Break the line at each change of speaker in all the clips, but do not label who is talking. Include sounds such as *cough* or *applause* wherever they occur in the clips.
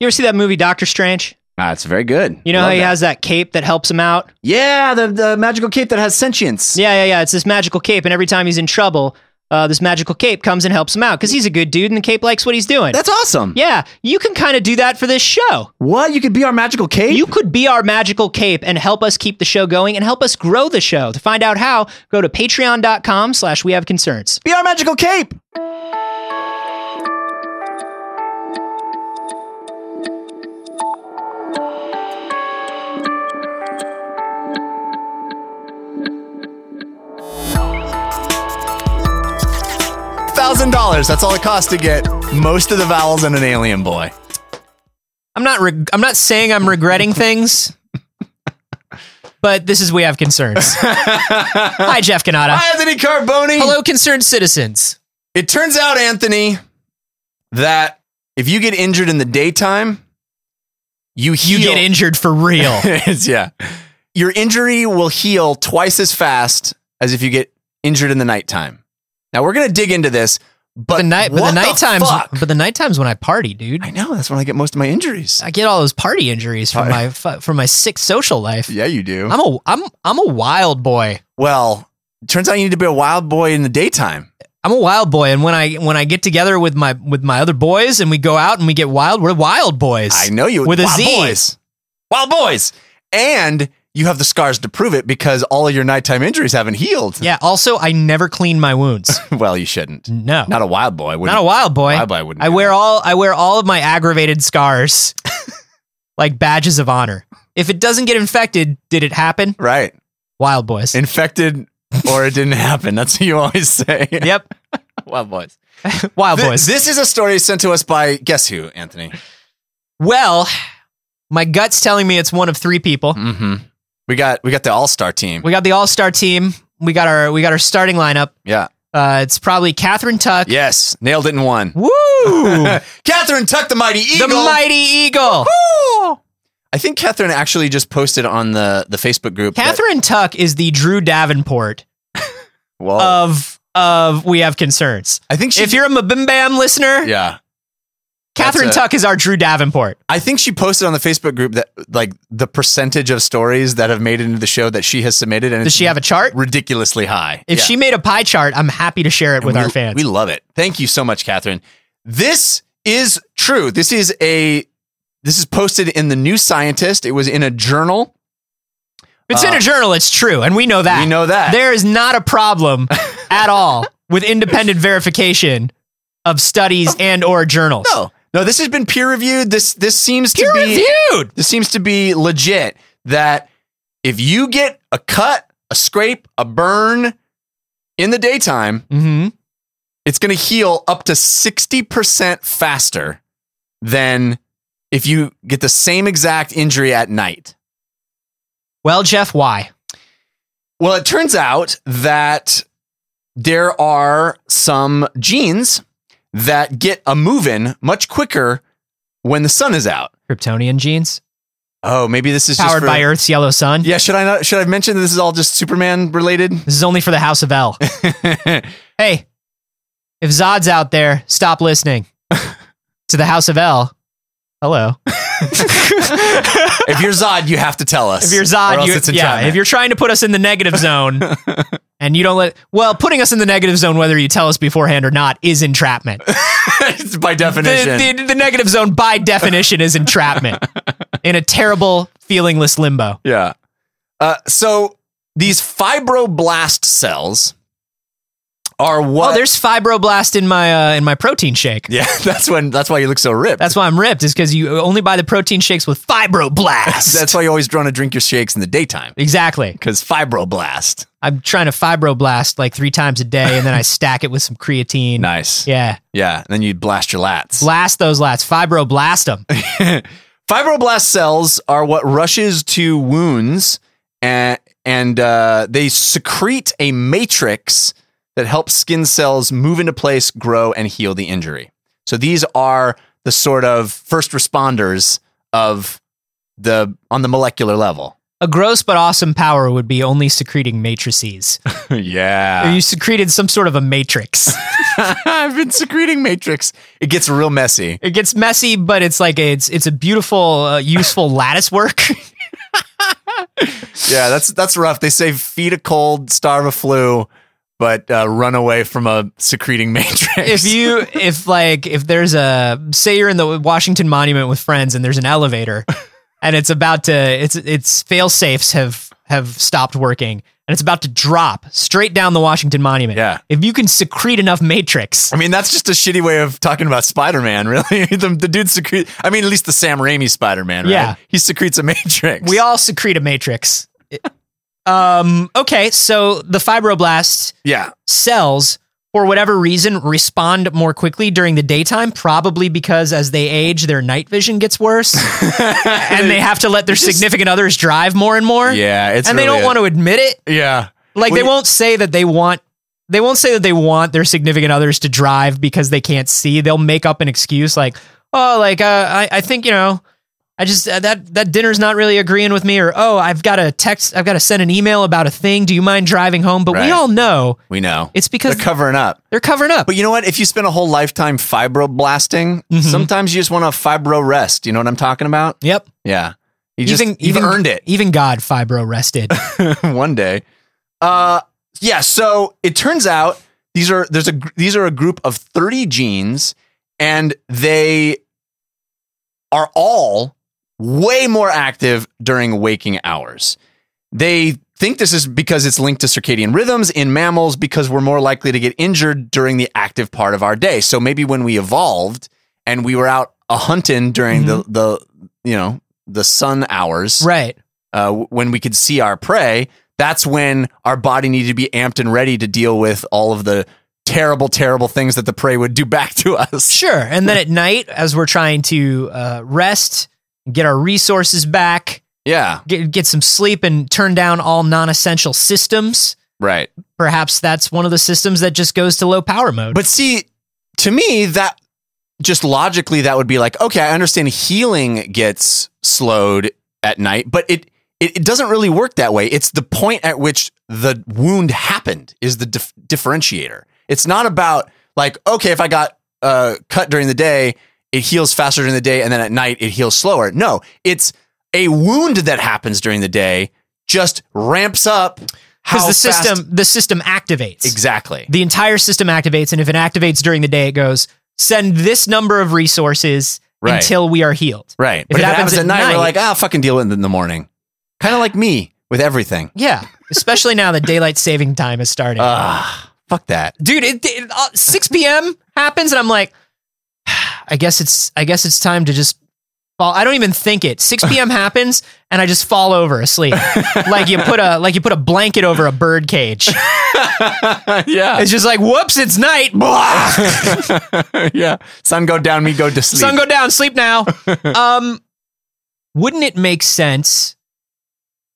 You ever see that movie Doctor Strange?
Ah, it's very good.
You know
Love
how he
that.
has that cape that helps him out?
Yeah, the, the magical cape that has sentience.
Yeah, yeah, yeah. It's this magical cape, and every time he's in trouble, uh, this magical cape comes and helps him out because he's a good dude, and the cape likes what he's doing.
That's awesome.
yeah, you can kind of do that for this show.
What? You could be our magical cape?
You could be our magical cape and help us keep the show going and help us grow the show. To find out how, go to patreon.com slash we have concerns.
be our magical cape. Thousand dollars. That's all it costs to get most of the vowels in an alien boy.
I'm not reg- I'm not saying I'm regretting things, but this is we have
*laughs*
concerns. Hi, Jeff Canada.
Hi, Anthony Carboni.
Hello, concerned citizens.
It turns out, Anthony, that if you get injured in the daytime, you
You
heal.
get injured for real.
*laughs* It's- yeah. Your injury will heal twice as fast as if you get injured in the nighttime. Now we're gonna dig into this, but
the night, but
what
the night times,
fuck?
but the night times when I party, dude.
I know that's when I get most of my injuries.
I get all those party injuries from my
Party.
fu- from my sick social life.
Yeah, you do.
I'm a I'm I'm a wild boy.
well, turns out you need to be a wild boy in the daytime.
I'm a wild boy, and when I when I get together with my with my other boys and we go out and we get wild, we're wild boys.
I know you
With a
wild
Z.
boys, wild boys, and you have the scars to prove it because all of your nighttime injuries haven't healed.
Yeah. Also, I never clean my
*laughs*
wounds.
well, you shouldn't.
No, not,
Not a wild boy. Wouldn't.
a wild boy.
Wild boy wouldn't.
I
do
wear all I wear all of my aggravated
*laughs*
scars like badges of honor. If it doesn't get infected, did it happen?
that. Right.
Wild boys.
Infected or it didn't happen. That's what you
*laughs*
always say.
yep.
*laughs* Wild boys.
Wild
*laughs* Th-
boys.
This is a story sent to us by guess who, Anthony?
Well, my gut's telling me it's one of three people.
Mm-hmm. We got we got the all star team.
We got the All Star team. We got our we got our starting lineup.
yeah.
Uh, it's probably Catherine Tuck.
Yes. Nailed it in one.
Woo!
*laughs*
the
Catherine Tuck, the mighty eagle.
mighty eagle.
Woo! I think Catherine actually just posted on the the Facebook group. that-
Catherine Tuck is the Drew Davenport
Whoa.
of of we have concerns.
I think Oh. she.
Uh, If you're a Mabim Bam listener,
yeah.
Catherine
that's a-
Tuck is our Drew Davenport.
I think she posted on the Facebook group that like the percentage of stories that have made it into the show that she has submitted, and
Does
it's
she have a chart?
ridiculously high.
If
Yeah.
she made a pie chart, I'm happy to share it with
we,
our fans.
We love it. Thank you so much, Catherine. This is true. This is a this is posted in the New Scientist. It was in a journal.
it's in
uh,
a journal, it's true, and we know that.
We know that.
Ah, *laughs* There is not a problem at all with independent verification of studies and or journals.
no, no. This has been peer reviewed. This this seems
Peer
to be
reviewed.
this seems to be legit. That if you get a cut, a scrape, a burn in the daytime,
Mm-hmm.
it's going to heal up to 60% faster than if you get the same exact injury at night.
Well, Jeff, why?
Well, it turns out that there are some genes that get a moving much quicker when the sun is out.
Kryptonian genes
Oh, maybe this is just
powered
for-
by Earth's yellow sun.
Yeah, should I not? Should I mention that this is all just
*laughs*
Superman related?
This is only for the House of
*laughs*
L. hey, if Zod's out there, stop listening to the House of L. Hello.
if you're Zod, you have to tell us.
If you're
or
Zod,
else
you're,
it's
yeah.
entrapment.
If you're trying to put us in the negative
*laughs*
zone, and you don't let well, putting us in the negative zone, whether you tell us beforehand or not, is entrapment.
*laughs* It's by definition.
the, the, the negative zone, by definition, is
*laughs*
entrapment in a terrible, feelingless limbo.
Yeah. Uh, so these fibroblast cells are what?
Oh, there's fibroblast in my uh, in my protein shake.
*laughs* yeah, that's when. That's why you look so ripped.
That's why I'm ripped. Is because you only buy the protein shakes with fibroblast.
*laughs* That's why you always want to drink your shakes in the daytime
exactly.
because fibroblast.
I'm trying to fibroblast like three times a day, and then
*laughs*
I stack it with some creatine.
Nice. Yeah.
Yeah,
And then you blast your lats.
blast those lats. Fibroblast them.
*laughs* Fibroblast cells are what rushes to wounds and, and uh, they secrete a matrix that helps skin cells move into place, grow, and heal the injury. So these are *laughs* the sort of first responders of the on the molecular level.
A gross but awesome power would be only secreting matrices.
yeah. *laughs*
you secreted some sort of a matrix.
I've been secreting matrix. It gets real messy.
it gets messy, but it's like a, it's it's a beautiful, uh, useful *laughs* lattice work.
Yeah, that's that's rough. They say feed a cold, starve a flu, but uh, run away from a secreting *laughs* matrix.
if you if like if there's a say you're in the Washington Monument with friends and there's an elevator and it's about to it's it's fail safes have have stopped working and it's about to drop straight down the Washington Monument.
Yeah.
If you can secrete enough matrix.
I mean, that's just a shitty way of talking about Spider Man, *laughs* really. the, the dude secretes, I mean, at least the Sam Raimi Spider Man, right?
Yeah.
He secretes a *laughs* matrix.
We all secrete a matrix. um okay, so the fibroblast
yeah.
cells for whatever reason respond more quickly during the daytime probably because as they age their night vision gets
*laughs*
worse *laughs* and they have to let their significant others drive more and more
Yeah. It's
and they don't want to admit it
to. Yeah.
like
Well,
they
you-
won't say that they want they won't say that they want their significant others to drive because they can't see they'll make up an excuse like oh like uh, I, I think you know i just uh, that that dinner's not really agreeing with me or oh i've got to text i've got to send an email about a thing do you mind driving home but
Right.
we all know
We know.
it's
They're
because
covering up.
they're covering up
But you know what? If you spend a whole lifetime fibroblasting,
Mm-hmm.
sometimes you just want a fibro rest. You know what I'm talking about?
Yep.
Yeah. You just, you've earned it.
Even God fibro
*laughs*
rested.
one day. Uh, yeah. So it turns out these are there's a gr- these are a group of thirty genes, and they are all way more active during waking hours. They think this is because it's linked to circadian rhythms in mammals because we're more likely to get injured during the active part of our day. So maybe when we evolved and we were out a hunting during the the you know the sun hours
right.
uh, w- when we could see our prey, that's when our body needed to be amped and ready to deal with all of the terrible, terrible things that the prey would do *laughs* back to us.
Sure. And then at night, as we're trying to uh, rest, get our resources back,
Yeah,
get, get some sleep, and turn down all non essential systems,
right.
perhaps that's one of the systems that just goes to low power mode.
But see, to me, that just logically, that would be like, okay, I understand healing gets slowed at night, but it it, it doesn't really work that way. It's the point at which the wound happened is the dif- differentiator. It's not about like, okay, if I got uh, cut during the day, it heals faster during the day, and then at night it heals slower. No, it's a wound that happens during the day just ramps up
Because
how
the
fast-
system, the system activates.
exactly.
The entire system activates. And if it activates during the day, it goes, send this number of resources
Right.
until we are healed.
Right. but if it happens, at, night, we're like, ah, fucking deal with it in the morning. Kind of like me with everything.
Yeah. Especially now that daylight saving time is starting.
Ah, fuck that.
dude it, it- uh, 6 p.m happens and i'm like *sighs* i guess it's i guess it's time to just fall i don't even think it 6 p.m happens and i just fall over asleep like you put a like you put a blanket over a bird cage
*laughs* yeah. *laughs*
it's just like whoops it's night
yeah. Sun go down, me go to sleep.
sun go down sleep
*laughs*
now um wouldn't it make sense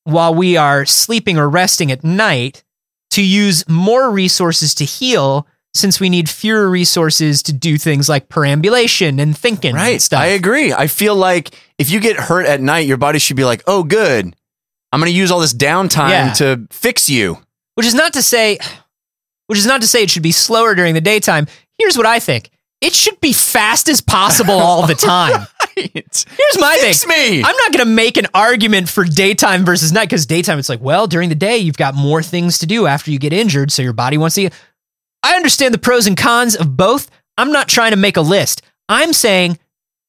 while we are sleeping or resting at night to use more resources to heal since we need fewer resources to do things like perambulation and thinking
right.
and stuff
I agree. I feel like if you get hurt at night, your body should be like, oh, good. I'm going to use all this downtime
Yeah.
to fix you.
which is not to say which is not to say it should be slower during the daytime here's what i think it should be fast as possible all the
*laughs*
time
*laughs* Right.
here's my thing
Fix me.
i'm not going to make an argument for daytime versus night because daytime it's like well during the day you've got more things to do after you get injured so your body wants to i understand the pros and cons of both i'm not trying to make a list i'm saying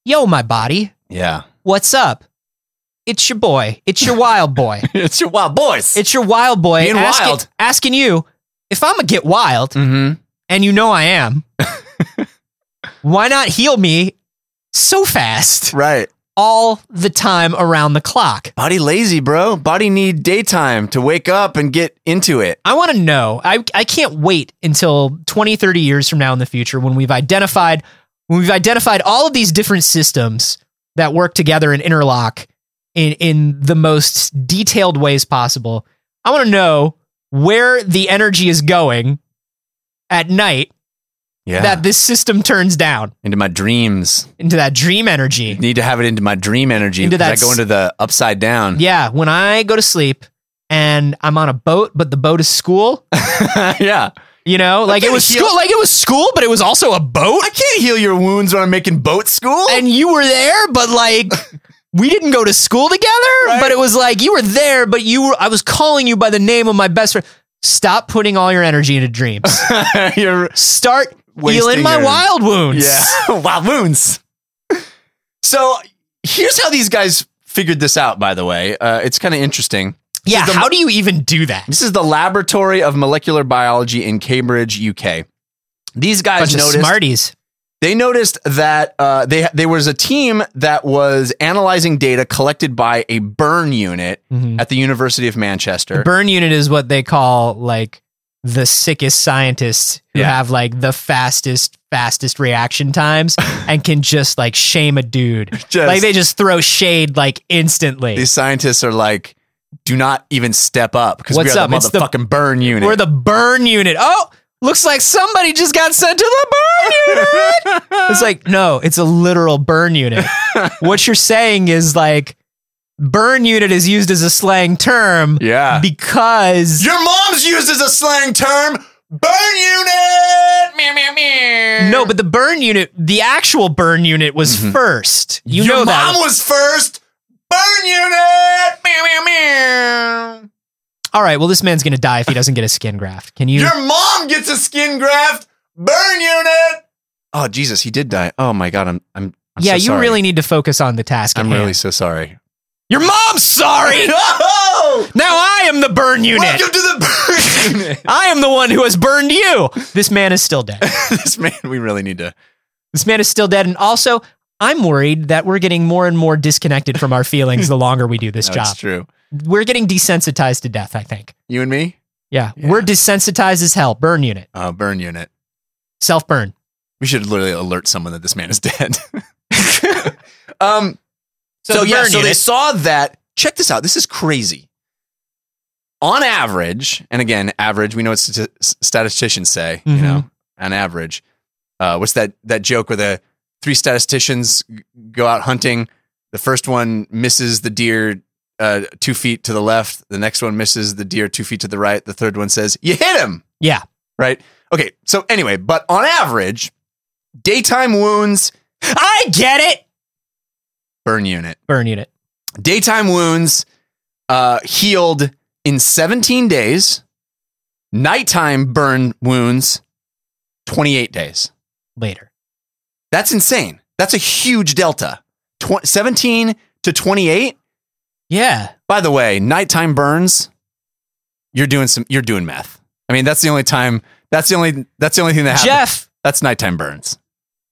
yo my body
yeah.
what's up it's your boy it's your wild
*laughs*
boy
It's your wild boys.
it's your wild boy
Being
asking,
wild.
asking you if i'm gonna get wild
mm-hmm.
and you know I
*laughs*
am. Why not heal me so fast
Right.
all the time around the clock?
Body lazy, bro. Body need daytime to wake up and get into it.
I want to know. I, I can't wait until 20, 30 years from now in the future when we've identified when we've identified all of these different systems that work together and interlock in in the most detailed ways possible. I want to know where the energy is going at night
Yeah.
that this system turns down
into my dreams.
into that dream energy.
Need to have it into my dream energy.
Into
because
that
I go
s-
into the
*laughs*
upside down.
Yeah, when I go to sleep and I'm on a boat, but the boat is school.
Yeah.
You know, like it
Okay,
was
heal-
school, like it was school, but it was also a boat.
I can't heal your wounds when I'm making boat school.
And you were there, but like
*laughs*
we didn't go to school together.
Right.
But it was like you were there, but you were. I was calling you by the name of my best friend. Stop putting all your energy into
*laughs*
dreams.
You're
Start
Wasting
healing my
your-
wild wounds. *laughs*
Yeah. Wild wounds. So here's how these guys figured this out, by the way. Uh, it's kind of interesting.
yeah.
This is the-
how do you even do that?
This is the Laboratory of Molecular Biology in Cambridge, UK. These guys
Bunch of
noticed
smarties.
they noticed that uh, they there was a team that was analyzing data collected by a burn unit
Mhm.
at the University of Manchester.
Burn unit is what they call like the sickest scientists who
Yeah.
have like the fastest, fastest reaction
*laughs*
times and can just like shame a dude.
Just-
Like they just throw shade like instantly.
these scientists are like, do not even step up because we
What's
are
up?
the
It's the-
motherfucking burn unit.
We're the burn unit. Oh, looks like somebody just got sent to the burn unit.
*laughs*
It's like, no, it's a literal burn unit. what you're saying is like burn unit is used as a slang term
yeah.
because
Your mom's used as a slang term. Burn unit. Meow, meow, meow.
No, but the burn unit, the actual burn unit was first. You
Mm-hmm. Your
know
mom
that.
was first. Burn unit. Meow, meow, meow.
All right, well, this man's going to die if he doesn't get a skin graft. Can you?
Your mom gets a skin graft. Burn unit. Oh Jesus, he did die. Oh my God, I'm I'm. I'm
yeah,
so
you
sorry.
really need to focus on the task.
I'm
at
really
hand.
so sorry.
Your mom's
*laughs*
sorry!
Oh,
now I am the burn unit!
welcome to the *laughs* burn unit.
I am the one who has burned you! This man is still dead.
this man, we really need to.
this man is still dead. And also, I'm worried that we're getting more and more disconnected from our feelings the longer we do
*laughs*
this
That's
job.
true.
We're getting desensitized to death, I think.
You and me.
yeah.
Yeah.
We're desensitized as hell. Burn unit.
Oh, burn unit.
Self burn.
We should literally alert someone that this man is dead. *laughs* um. So,
the
yeah,
burn
so they
unit-
saw that. Check this out. This is crazy. On average, and again, average. We know what stati- s- statisticians say.
Mhm.
You know, on average, uh, what's that that joke where the three statisticians g- go out hunting? The first one misses the deer uh, two feet to the left. The next one misses the deer two feet to the right. The third one says, "You hit him."
Yeah.
Right. Okay. So anyway, but on average, daytime wounds
I get it!
burn unit.
Burn unit.
Daytime wounds uh, healed in 17 days. Nighttime burn wounds 28 days.
later.
That's insane. That's a huge delta. Tw- 17 to 28.
Yeah.
By the way, nighttime burns. You're doing some. You're doing math. I mean, that's the only time. That's the only. That's the only thing that happens.
Jeff,
That's nighttime burns.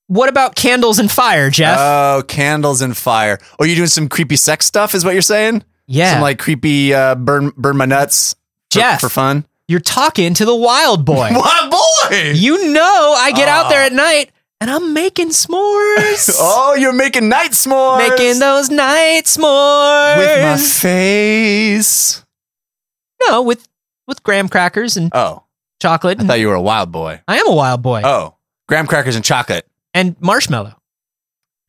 what about candles and fire, Jeff?
Oh, candles and fire. Oh, you're doing some creepy sex stuff, is what you're saying?
yeah.
Some like creepy uh, burn burn my nuts for,
Jeff.
for fun.
You're talking to the wild boy.
*laughs* What boy?
you know I get out
Ah.
there at night and I'm making s'mores.
*laughs* Oh, you're making night s'mores.
Making those night s'mores.
with my face.
no, with with graham crackers and
Oh,
chocolate.
I
and-
thought you were a wild boy.
I am a wild boy.
Oh, graham crackers and chocolate.
And marshmallow.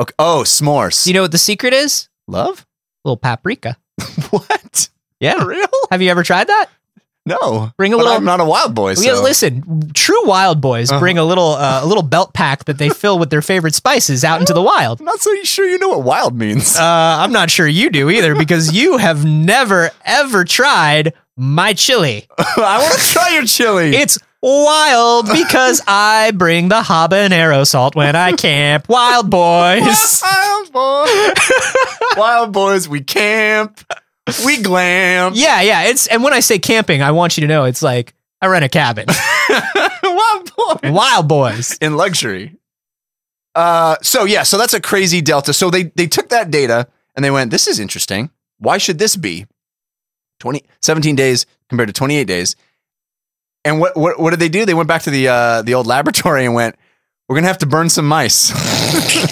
Okay. Oh, s'mores.
Do you know what the secret is?
Love? *laughs*
little paprika. *laughs*
What?
Yeah.
For real?
Have you ever tried that?
No.
Bring a
But
little
I'm not a wild boy.
Yeah,
So.
listen, true wild boys
Uh-huh.
bring a little uh, a little belt pack that they fill with their favorite spices out into the wild.
I'm not so sure you know what wild means.
Uh, I'm not sure you do either because you have never ever tried my chili.
*laughs* I want to try your chili. *laughs*
It's wild because I bring the habanero salt when I camp. Wild
*laughs*
boys. *laughs*
Wild boys. Wild boys, we camp. We glam.
Yeah, yeah. It's and when I say camping, I want you to know it's like I rent a cabin.
*laughs* Wild boys.
wild boys.
In luxury. Uh so yeah, so that's a crazy delta. So they they took that data and they went, this is interesting. Why should this be 20 17 days compared to 28 days? And what what what did they do? They went back to the uh the old *laughs* laboratory and went, we're going to have to burn some mice. *laughs*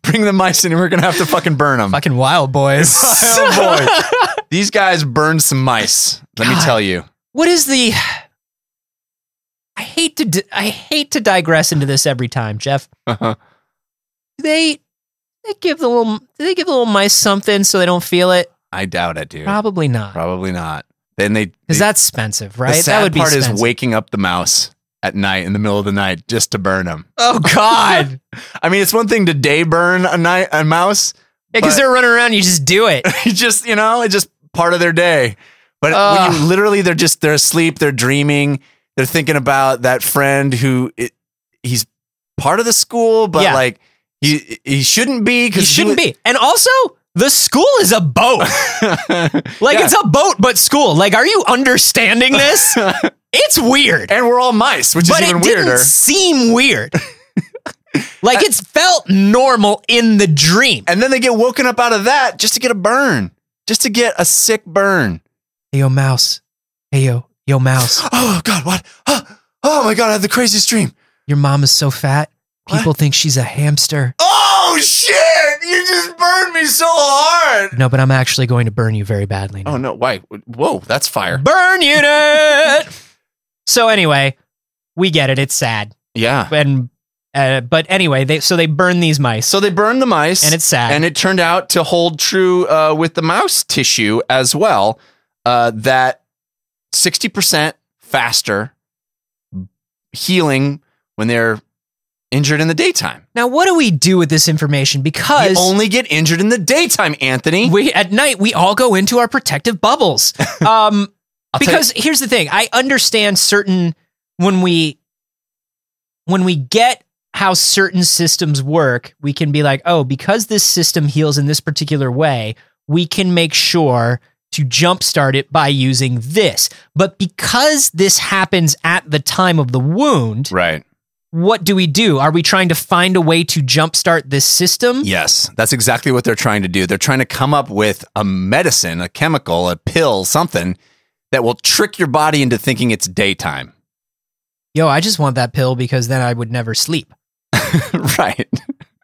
Bring the mice in and we're going to have to fucking burn them.
Fucking wild boys. *laughs*
Oh boy. These guys burned some mice. Let me
God.
tell you.
what is the I I hate to di- I hate to digress into this every time, Jeff.
Uh-huh.
Do they they give the little do they give the little mice something so they don't feel it?
*laughs* I doubt it, dude.
Probably not,
Probably not. Then they
because
they-
that's expensive, right?
The sad
that would be
part
expensive.
is waking up the mouse at night in the middle of the night just to burn him.
oh God,
*laughs* I mean, it's one thing to day burn a night a mouse. *laughs*
because
But-
they're running around. You just do
*laughs*
it.
It's just you know, it's just part of their day. But when
Ugh.
you literally, they're just they're asleep, they're dreaming, they're thinking about that friend who it, he's part of the school, but
Yeah.
like he he shouldn't be
You
because
shouldn't be. And also, the school is a
*laughs*
boat.
be.
Like
Yeah.
it's a boat, but school. Like, are you understanding
*laughs*
this? it's weird.
and we're all mice, which
but
is even
it
weirder.
didn't seem *laughs* weird. like it's felt normal in the dream.
And then they get woken up out of that just to get a burn, just to get a sick burn.
Hey yo, mouse. Hey yo, yo, *gasps* mouse.
Oh God, what? Oh, oh my God, I had the craziest dream.
Your mom is so fat.
What?
People think she's a hamster.
Oh shit! You just burned me so hard.
No, but I'm actually going to burn you very badly. now.
Oh no! Why? Whoa, that's fire.
Burn unit. so anyway, we get it. It's sad.
Yeah.
And uh, but anyway, they so they burn these mice,
So they burned the mice,
and it's sad.
and it turned out to hold true uh, with the mouse tissue as well. Uh, that sixty percent faster healing when they're injured in the daytime.
now, what do we do with this information?
You
Because
only get injured in the daytime, Anthony.
*laughs* we at night we all go into our protective
*laughs*
bubbles. Um,
I'll tell
because here's the thing: I understand certain when we when we get how certain systems work, we can be like, oh, because this system heals in this particular way, we can make sure to jumpstart it by using this. But because this happens at the time of the wound,
right.
what do we do? Are we trying to find a way to jumpstart this system?
Yes, that's exactly what they're trying to do. They're trying to come up with a medicine, a chemical, a pill, something that will trick your body into thinking it's daytime. *laughs*
Yo, I just want that pill because then I would never sleep.
right.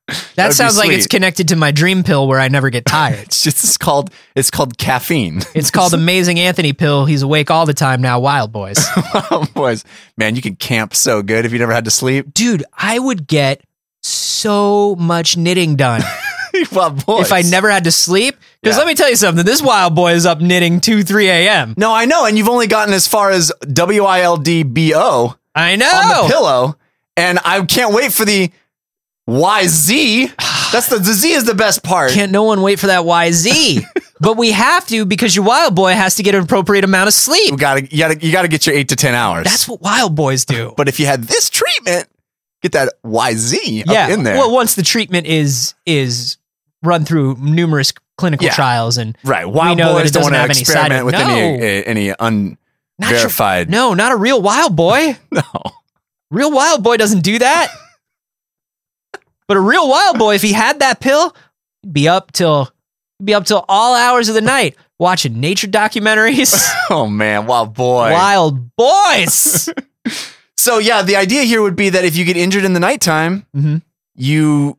That
That'd be
sounds like it's
sweet.
connected to my dream pill where I never get
*laughs*
tired.
It's just it's called it's called caffeine. *laughs*
It's called Amazing Anthony Pill. He's awake all the time now, Wild
*laughs*
Boys.
Wow, Oh, boys, man, you can camp so good if you never had to sleep. *laughs*
Dude, I would get so much knitting done
Wow, boys.
if I never had to sleep. Because
Yeah.
let me tell you something this Wild Boy is up knitting 2, 3 a.m.
No, I know, and you've only gotten as far as W I L D B O
I
on the
know.
pillow, and I can't wait for the Y Z. That's the, the Z is the best part.
Can't no one wait for that
*laughs*
YZ. but we have to because your Wild Boy has to get an appropriate amount of sleep.
you gotta you gotta you gotta get your eight to ten hours.
That's what Wild Boys do.
but if you had this treatment, get that YZ
yeah.
up in there.
Well, once the treatment is is run through numerous clinical
Yeah.
trials and
right, wild
know that
boys
it doesn't
don't want to
have any side
experiment with any
No.
uh, any
not your
unverified.
No, not a real wild boy.
*laughs* no.
Real wild boy doesn't do
*laughs*
that. but a real wild boy, if he had that pill, he'd be up till he'd be up till all hours of the night watching nature
*laughs*
documentaries.
*laughs*
*laughs*
Oh man, wild boy.
wild boys.
So yeah, the idea here would be that if you get injured in the nighttime,
Mhm.
you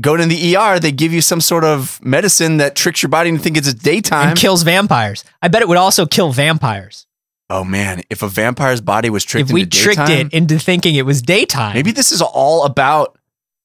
go to the ER. They give you some sort of medicine that tricks your body into thinking it's daytime.
and kills vampires. I bet it would also kill vampires.
oh man, if a vampire's body was tricked
if we
into
tricked
daytime,
it into thinking it was daytime.
Maybe this is all about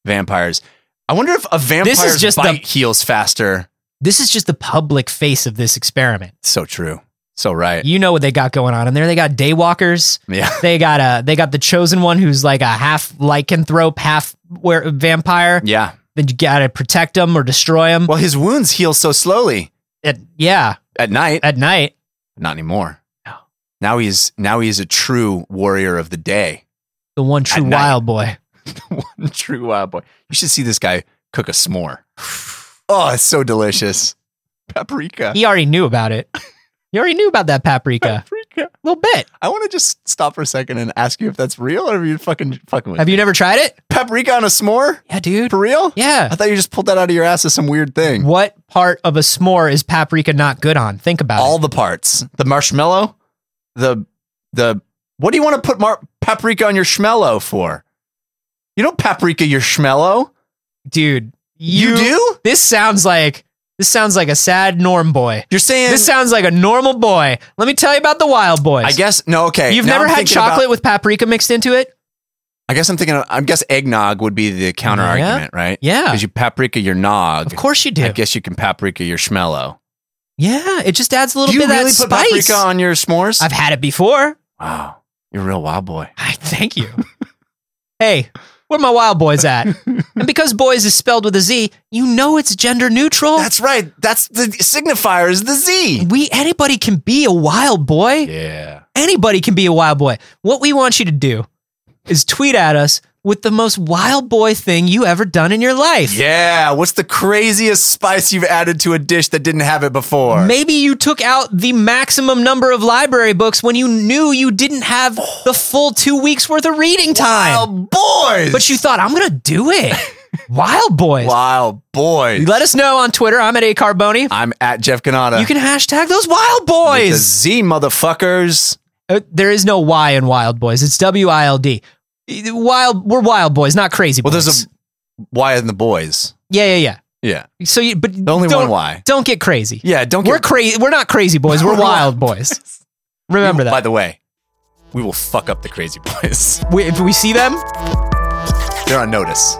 vampires. I wonder if a vampire's
just
bite
the-
heals faster.
This is just the public face of this experiment.
So true. So right.
You know what they got going on in there. They got daywalkers.
Yeah.
They got a they got the chosen one who's like a half lycanthrope, half where vampire.
Yeah.
Then you gotta protect them or destroy them.
*laughs* Well, his wounds heal so slowly
At, yeah,
at night.
at night.
Not anymore.
No.
Now he's now he's a true warrior of the day.
The one true
At night.
wild boy.
*laughs* One true wild boy. You should see this guy cook a s'more. *sighs* Oh, it's so delicious. *laughs* Paprika.
He already knew about it. He already knew about that
*laughs*
paprika.
Paprika.
A little bit.
I want to just stop for a second and ask you if that's real or if you're fucking fucking with
Have you never tried it?
paprika on a s'more?
Yeah, dude.
For real?
Yeah.
I thought you just pulled that out of your ass as some weird thing.
What part of a s'more is paprika not good on? Think about
All
it.
the parts. The marshmallow, the the what do you want to put mar- paprika on your schmello for? You don't paprika your schmello.
Dude,
You, do?
This sounds like This sounds like a sad norm boy.
You're saying
This sounds like a normal boy. Let me tell you about the Wild Boys.
I guess no. Okay,
You've
now
never
I'm
had
thinking about-
chocolate with paprika mixed into it?
I guess I'm thinking. Of, I guess eggnog would be the counter
Yeah.
argument, right?
Yeah.
Because you paprika your nog.
Of course you
I
do.
guess you can paprika your schmello.
Yeah, it just adds a little
Do you
bit of
really
that
put
spice.
paprika on your s'mores?
I've had it before. *laughs*
wow, you're a real wild boy.
I thank *laughs* you. hey, where my wild boys at? and because boys is spelled with a Z, you know it's gender neutral.
That's right. That's the signifier is the Z.
we anybody can be a wild boy.
Yeah.
Anybody can be a wild boy. What we want you to do is tweet at us with the most wild boy thing you ever done in your life.
Yeah. What's the craziest spice you've added to a dish that didn't have it before?
Maybe you took out the maximum number of library books when you knew you didn't have the full two weeks worth of reading time.
Wild boys.
But you thought, I'm going to do
*laughs*
it. Wild boys.
wild Uh, boys.
Let us know on Twitter. I'm at A Carboni.
I'm at Jeff Canada.
You can hashtag those wild
the
boys.
Z motherfuckers.
Uh, There is no Y in wild boys. It's W I L D. Wild, we're wild boys, not crazy
Well,
boys.
there's a Y in the boys.
yeah, yeah,
Yeah.
yeah. So, you, but
The only
don't,
one Y.
Don't get crazy.
Yeah. Don't
We're
get
crazy. We're not crazy boys. We're
*laughs* We're
wild boys. Remember
By
that.
the way, we will fuck up the crazy boys. *laughs*
We, if we see them,
They're on notice.